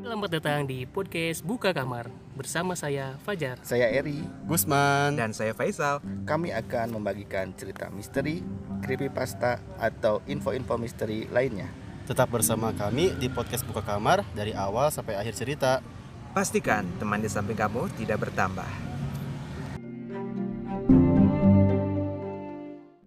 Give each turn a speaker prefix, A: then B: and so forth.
A: Selamat datang di podcast Buka Kamar bersama saya Fajar.
B: Saya Eri. Ya,
C: Gusman.
D: Dan saya Faisal.
B: Kami akan membagikan cerita misteri, creepypasta, atau info-info misteri lainnya.
C: Tetap bersama kami di podcast Buka Kamar dari awal sampai akhir cerita.
D: Pastikan teman di samping kamu tidak bertambah.